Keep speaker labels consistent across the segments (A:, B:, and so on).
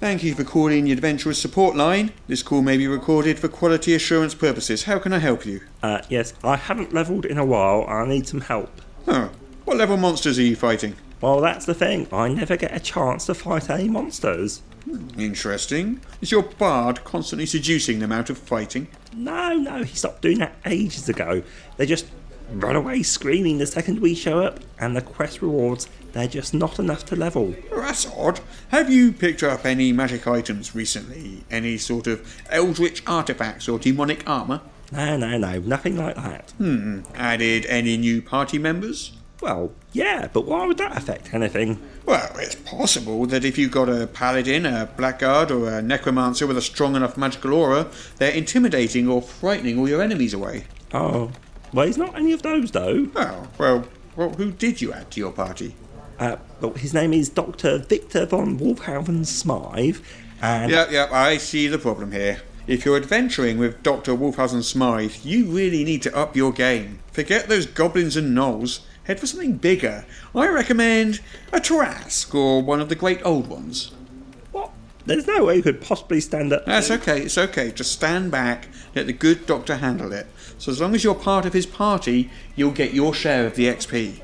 A: Thank you for calling the Adventurers Support Line. This call may be recorded for quality assurance purposes. How can I help you?
B: Uh, yes, I haven't levelled in a while. I need some help.
A: Huh. What level monsters are you fighting?
B: Well, that's the thing. I never get a chance to fight any monsters.
A: Interesting. Is your bard constantly seducing them out of fighting?
B: No, no, he stopped doing that ages ago. They just run away screaming the second we show up, and the quest rewards, they're just not enough to level.
A: Oh, that's odd. Have you picked up any magic items recently? Any sort of eldritch artifacts or demonic armour?
B: No, no, no, nothing like that.
A: Hmm. Added any new party members?
B: Well, yeah, but why would that affect anything?
A: Well, it's possible that if you got a paladin, a blackguard, or a necromancer with a strong enough magical aura, they're intimidating or frightening all your enemies away.
B: Oh, well, he's not any of those, though.
A: Oh, well, well who did you add to your party?
B: Uh, well, his name is Dr. Victor von Wolfhaven Smythe, and
A: Yep, yep, I see the problem here. If you're adventuring with Dr. Wolfhausen Smythe, you really need to up your game. Forget those goblins and gnolls. Head for something bigger. I recommend a Trask or one of the great old ones.
B: what? There's no way he could possibly stand up.
A: That's okay, it's okay. Just stand back, let the good doctor handle it. So as long as you're part of his party, you'll get your share of the XP.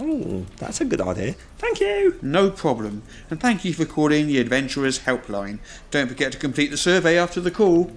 B: Oh, that's a good idea. Thank you.
A: No problem. And thank you for calling the Adventurers Helpline. Don't forget to complete the survey after the call.